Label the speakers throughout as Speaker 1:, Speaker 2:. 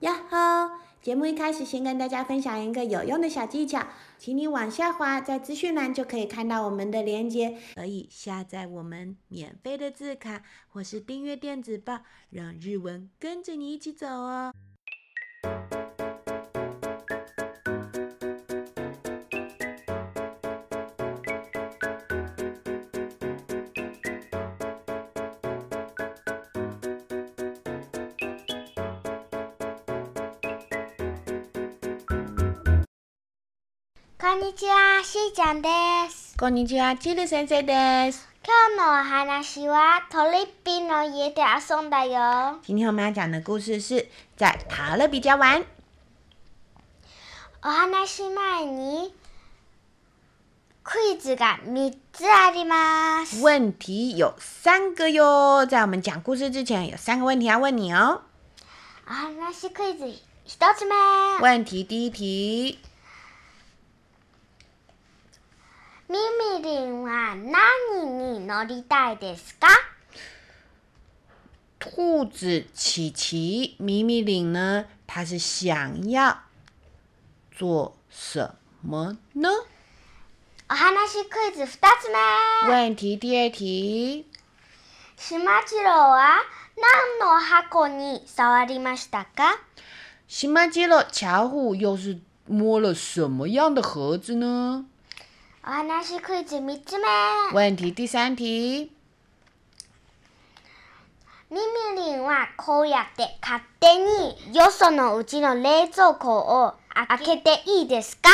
Speaker 1: 呀吼！节目一开始先跟大家分享一个有用的小技巧，请你往下滑，在资讯栏就可以看到我们的链接，可以下载我们免费的字卡或是订阅电子报，让日文跟着你一起走哦。
Speaker 2: こんにちは、しーちゃんです。
Speaker 1: こんにちは、チル先生です。
Speaker 2: 今日のお話はトリッピーの家で遊んだよ。
Speaker 1: 今天我们要讲的故事是在塔勒比家玩。
Speaker 2: お話前にクイズが3つあります。
Speaker 1: 问题有三个哟，在我们讲故事之前，有三个问题要问你哦。
Speaker 2: お話クイズ1つ目。
Speaker 1: 问题第一题，
Speaker 2: ミミリンは何に乗りたいですか
Speaker 1: 兔子琪琪米米领呢，它是想要做什么呢？
Speaker 2: お話クイズ2つ目。
Speaker 1: 问题第二题，
Speaker 2: しまじろうは何の箱に触りましたか
Speaker 1: 西马基洛巧虎又是摸了什么样的盒子呢？
Speaker 2: お話クイズ3つ目。
Speaker 1: 问题第三题，
Speaker 2: ミミリンはこうやって勝手によそのうちの冷蔵庫を開けていいですか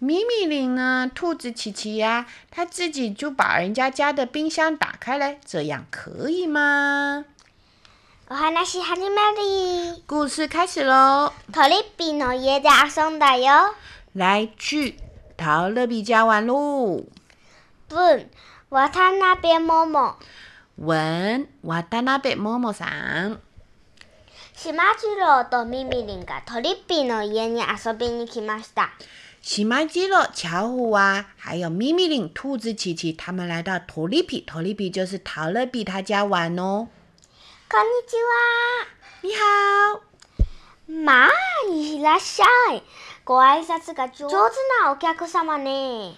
Speaker 1: 米米林呢？兔子琪琪呀、它自己就把人家家的冰箱打开来，这样可以吗？
Speaker 2: お話始まり
Speaker 1: 故事开始喽！
Speaker 2: トリッピーの家で遊んだよ
Speaker 1: 来去陶乐比家玩喽。
Speaker 2: 文渡辺桃
Speaker 1: 文瓦达那贝某某桑，
Speaker 2: しまじろうとミミリンがトリッピーの家に遊びに来ました
Speaker 1: 喜马基洛、巧虎啊，还有咪咪领、兔子琪琪，他们来到头里比，头里比就是陶乐比他家玩哦。
Speaker 2: こんにち
Speaker 1: 你好，
Speaker 2: はまあいらっしゃいご挨拶が上手なお客様ね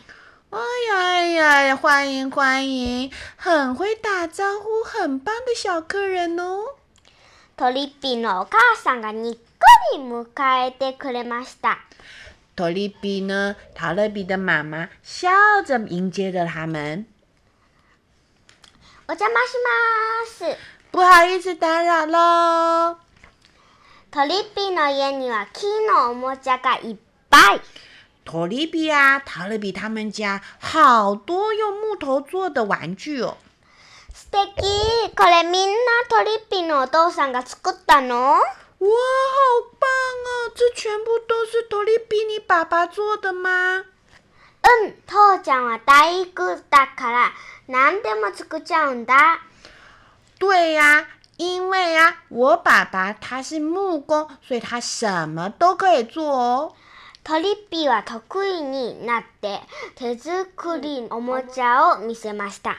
Speaker 1: 哎呀哎呀呀，欢迎欢迎，很会打招呼，很棒的小客人哦。
Speaker 2: トリッピーのお母さんがにっこり迎えてくれました
Speaker 1: 托利比呢？陶乐比的妈妈笑着迎接着他们。
Speaker 2: お邪魔します。
Speaker 1: 不好意思，打扰喽。
Speaker 2: トリッピーの家には木のおもちゃがいっぱい。
Speaker 1: 托利比啊，陶乐比他们家好多用木头做的玩具哦。
Speaker 2: 素敵。これみんなトリッピーのお父さんが作ったの
Speaker 1: 哇，好棒哦！这全部都是托利比你爸爸做的吗？
Speaker 2: うん、父ちゃんは大工だから何でも作っちゃうんだ。
Speaker 1: 对呀、因为呀、我爸爸他是木工，所以他什么都可以做哦。
Speaker 2: トリッピーは得意になって手作りのおもちゃを見せました。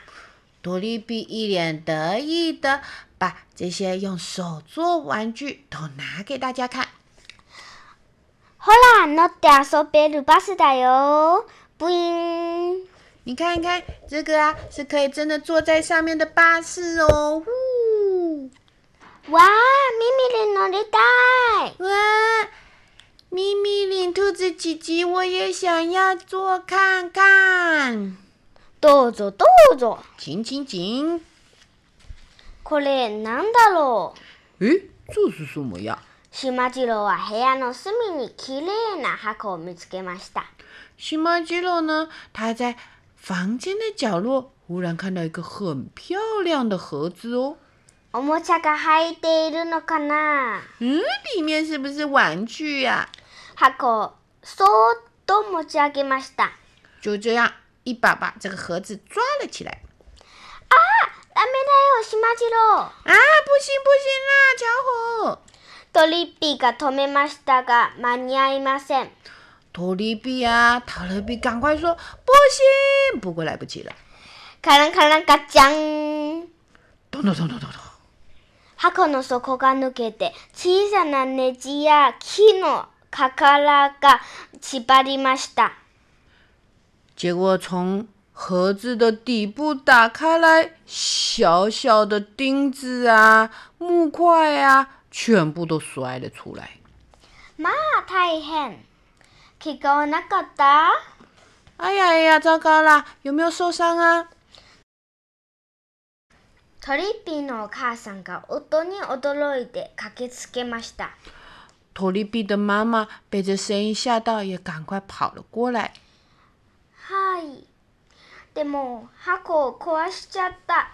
Speaker 1: 托利比一脸得意的把这些用手做玩具都拿给大家看。
Speaker 2: ほら、乗って遊べるバスだよ。ブイーン。
Speaker 1: 你看一看，这个啊是可以真的坐在上面的巴士哦。呜，
Speaker 2: わあ、ミミリン乗りたい。
Speaker 1: 哇！咪咪领兔子姐姐，我也想要坐看看。
Speaker 2: どうぞどうぞ。
Speaker 1: 请请请。
Speaker 2: これなんだろう
Speaker 1: 诶，这是什么呀？
Speaker 2: しまじろうは部屋の隅にきれいな箱を見つけました。
Speaker 1: 西马基罗呢？他在房间的角落忽然看到一个很漂亮的盒子哦。
Speaker 2: おもちゃが入っているのかな
Speaker 1: 嗯，里面是不是玩具啊呀、
Speaker 2: 箱をそーっと持ち上げました。
Speaker 1: 就这样，一把把这个盒子抓了起来。
Speaker 2: ダメだよ、しまじろう。
Speaker 1: 啊，不行啊不行啦，巧虎！
Speaker 2: トリッピーが止めましたが間に合いません。
Speaker 1: 托利比啊，陶乐比，赶快说不行！不过来不及了。
Speaker 2: カランカランガッチャン。
Speaker 1: 咚咚咚咚咚咚！
Speaker 2: 箱の底が抜けて小さなネジや木のかからが縛りました。
Speaker 1: 结果从盒子的底部打开来，小小的钉子啊、木块啊，全部都摔了出来。
Speaker 2: まあ大変。怪我はなかった
Speaker 1: 哎呀哎呀，糟糕啦！有没有受伤啊？
Speaker 2: トリッピーのお母さんが夫に驚いて駆けつけました。
Speaker 1: 托利比的妈妈被这声音吓到，也赶快跑了过来。
Speaker 2: はい。でも箱を壊しちゃった。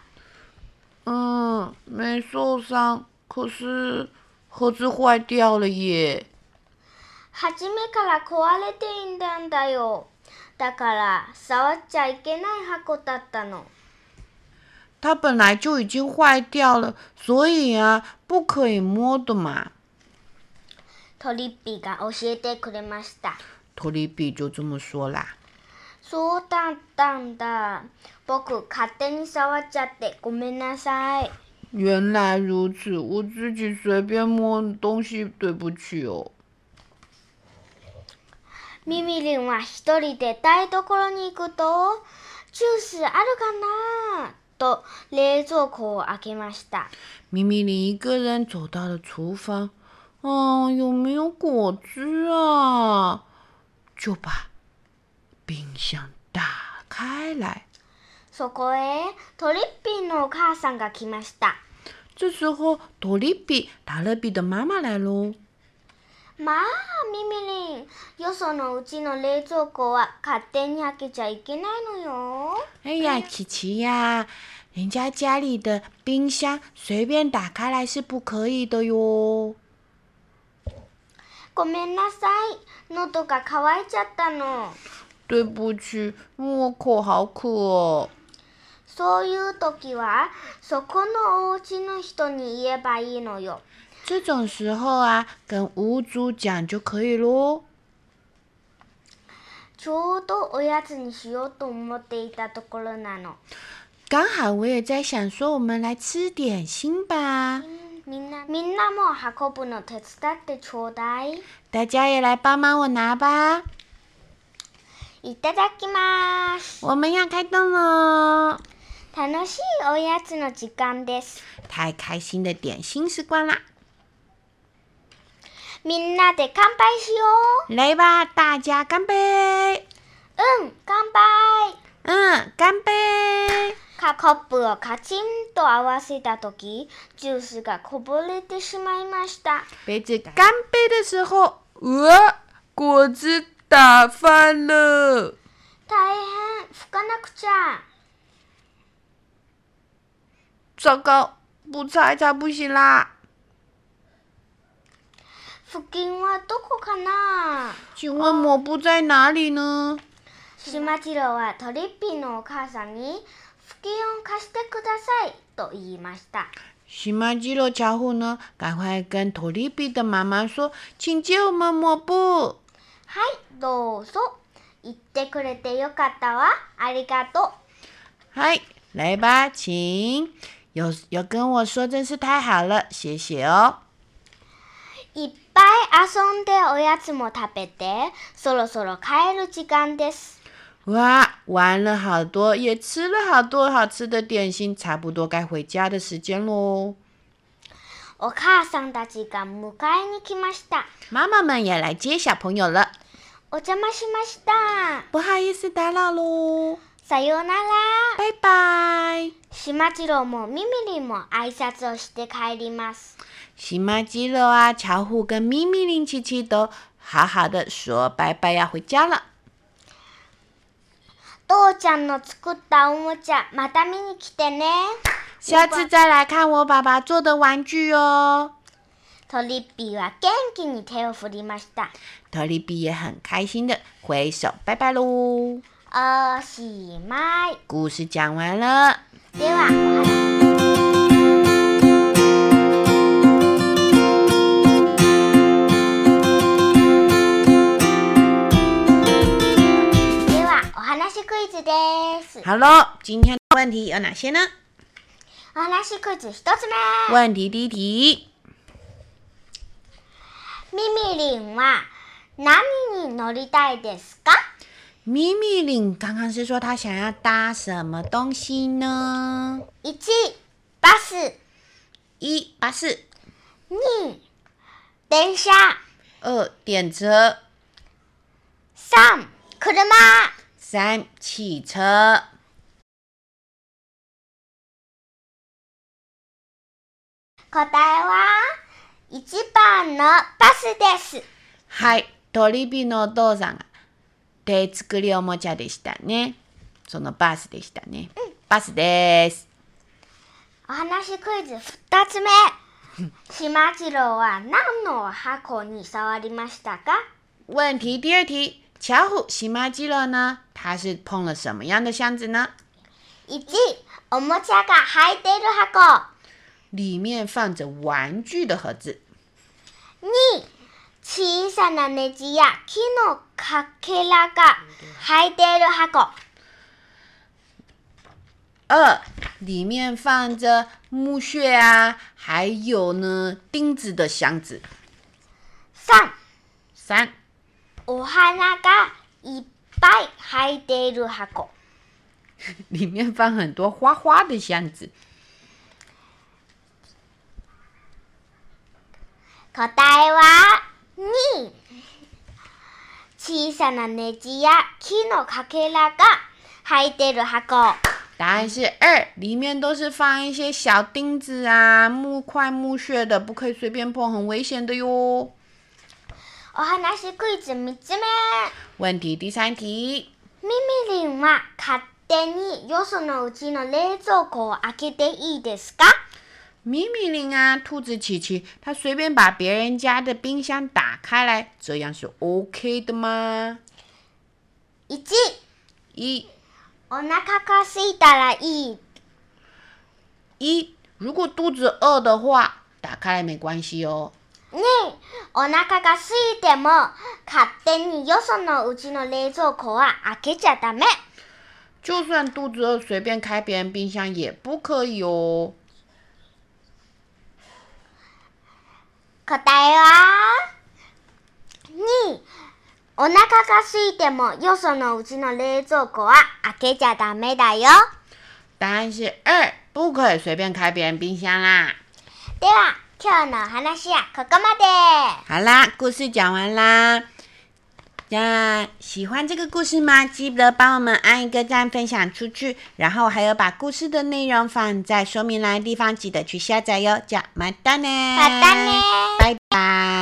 Speaker 1: 嗯，没受伤，可是盒子坏掉了耶。
Speaker 2: 初めから壊れていたんだよ。だから触っちゃいけない箱だったの。
Speaker 1: 它本来就已经坏掉了，所以啊，不可以摸的嘛。
Speaker 2: トリッピーが教えてくれました。
Speaker 1: 托利比就这么说啦。
Speaker 2: そうだったんだ。僕勝手に触っちゃってごめんなさい。
Speaker 1: 原来如此，我自己随便摸的东西，对不起哦。
Speaker 2: ミミリンは一人で台所に行くと、ジュースあるかなと冷蔵庫を開けました。
Speaker 1: 米米林一个人走到了厨房，嗯、有没有果汁啊？就把冰箱打开来。
Speaker 2: そこへトリッピーのお母さんが来ました。
Speaker 1: 这时候，多利比、达勒比的妈妈来喽。
Speaker 2: まあ、ミミリン、よそのうちの冷蔵庫は勝手に開けちゃいけないのよ。
Speaker 1: 哎呀，琪琪呀，人家家里的冰箱随便打开来是不可以的哟。
Speaker 2: ごめんなさい、喉が渇いちゃったの。
Speaker 1: 对不起，我口好渴哦。
Speaker 2: そういう時は、そこのお家の人に言えばいいのよ。
Speaker 1: 这种时候啊，跟屋主讲就可以喽。
Speaker 2: ちょうどおやつにしようと思っていたところなの。
Speaker 1: 刚好我也在想说，我们来吃点心吧，
Speaker 2: みんな、みんなも運ぶの手伝ってちょうだい。
Speaker 1: 大家也来帮忙我拿吧。
Speaker 2: いただきます。
Speaker 1: 我们要开动喽！
Speaker 2: 楽しいおやつの時間です。
Speaker 1: 太开心的点心时光啦！
Speaker 2: みんなで乾杯しよう。
Speaker 1: 来吧，大家干杯！
Speaker 2: うん、乾杯
Speaker 1: 嗯，干杯！
Speaker 2: カコップをカチンと合わせたとき、ジュースがこぼれてしまいました。
Speaker 1: 杯子干杯的时候，呃，果汁打翻了。
Speaker 2: 大変、拭かなくちゃ。
Speaker 1: 糟糕，不擦一擦不行啦！
Speaker 2: 付近はどこかな
Speaker 1: 请问抹布在哪里呢？
Speaker 2: シマチロはトリッピーのお母さんに、付近を貸してくださいと言いました。
Speaker 1: 喜马基洛巧虎呢？赶快跟托利比的妈妈说，请借我们抹布。
Speaker 2: はい、どうぞ。言ってくれてよかったわ。ありがとう。
Speaker 1: 嗨，来吧，请。有有跟我说，真是太好了，谢谢哦。
Speaker 2: いっぱい遊んでおやつも食べて、そろそろ帰る時間です。
Speaker 1: 哇，玩了好多，也吃了好多好吃的点心，差不多该回家的时间喽。
Speaker 2: お母さんたちが迎えに来ました。
Speaker 1: 妈妈们也来接小朋友了，
Speaker 2: お邪魔しました。
Speaker 1: 不好意思打扰喽，
Speaker 2: さようなら。
Speaker 1: 拜拜。
Speaker 2: しまちろうもみみりんも挨拶をして帰ります。
Speaker 1: 喜马基洛啊，巧虎跟咪咪林琪琪都好好的说拜拜，要回家了。
Speaker 2: 父ちゃんの作ったおもちゃ、また見に来てね。
Speaker 1: 下次再来看我爸爸做的玩具哦。
Speaker 2: トリッピーは元気に手を振りました。
Speaker 1: 特里比也很开心的挥手拜拜喽。
Speaker 2: おしまい。
Speaker 1: 故事讲完了。
Speaker 2: では、おはではお話クイズです。
Speaker 1: 好喽，今天的问题有哪些呢？
Speaker 2: 話クイズ一つ目
Speaker 1: 问题第一题，
Speaker 2: ミミリンは何に乗りたいですか
Speaker 1: 米米林刚刚是说他想要搭什么东西呢？
Speaker 2: ?1 バス
Speaker 1: 一巴士，
Speaker 2: 2電車
Speaker 1: 二电车，
Speaker 2: 3車
Speaker 1: 三汽车。
Speaker 2: 答えは1番のバスです
Speaker 1: はい、トリビのお父さんが手作りおもちゃでしたね。そのバスでしたね。バスです。
Speaker 2: お話クイズ2つ目しまちろうは何の箱に触りましたか
Speaker 1: 问题第二题，巧虎喜马基罗呢？他是碰了什么样的箱子呢？
Speaker 2: 1おもちゃが入っている箱
Speaker 1: 里面放着玩具的盒子。
Speaker 2: 2小さなネジや木のかけらが入っている箱
Speaker 1: 二，里面放着木屑啊，还有呢钉子的箱子。
Speaker 2: 3
Speaker 1: 三，
Speaker 2: お花がいっぱい入っている箱
Speaker 1: 里面放很多花花的箱子。
Speaker 2: 答えは2小さなネジや木のかけらが入っている箱
Speaker 1: 答案是二，里面都是放一些小钉子啊、木块、木屑的，不可以随便碰，很危险的哟。
Speaker 2: お話クイズ3つ目
Speaker 1: 问题第三题，
Speaker 2: ミミリンは勝手によそのうちの冷蔵庫を開けていいですか
Speaker 1: 米米林啊，兔子琪琪，它随便把别人家的冰箱打开来，这样是 OK 的吗？
Speaker 2: ?1
Speaker 1: 一
Speaker 2: お腹が空いたらいい
Speaker 1: 一，如果肚子饿的话，打开来没关系哦。
Speaker 2: ねえ、お腹が空いても勝手によそのうちの冷蔵庫は開けちゃダメ。
Speaker 1: 就算肚子饿，随便开别人冰箱也不可以哦。
Speaker 2: 答えは2お腹が空いてもよそのうちの冷蔵庫は開けちゃダメだよ。
Speaker 1: 答案是二，不可以随便开别人冰箱啦。
Speaker 2: では、今日のお話はここまで。
Speaker 1: 好啦，故事讲完啦。那喜欢这个故事吗？记得帮我们按一个赞，分享出去，然后还有把故事的内容放在说明栏的地方，记得去下载哟。叫马丹呢，
Speaker 2: またね
Speaker 1: 拜拜。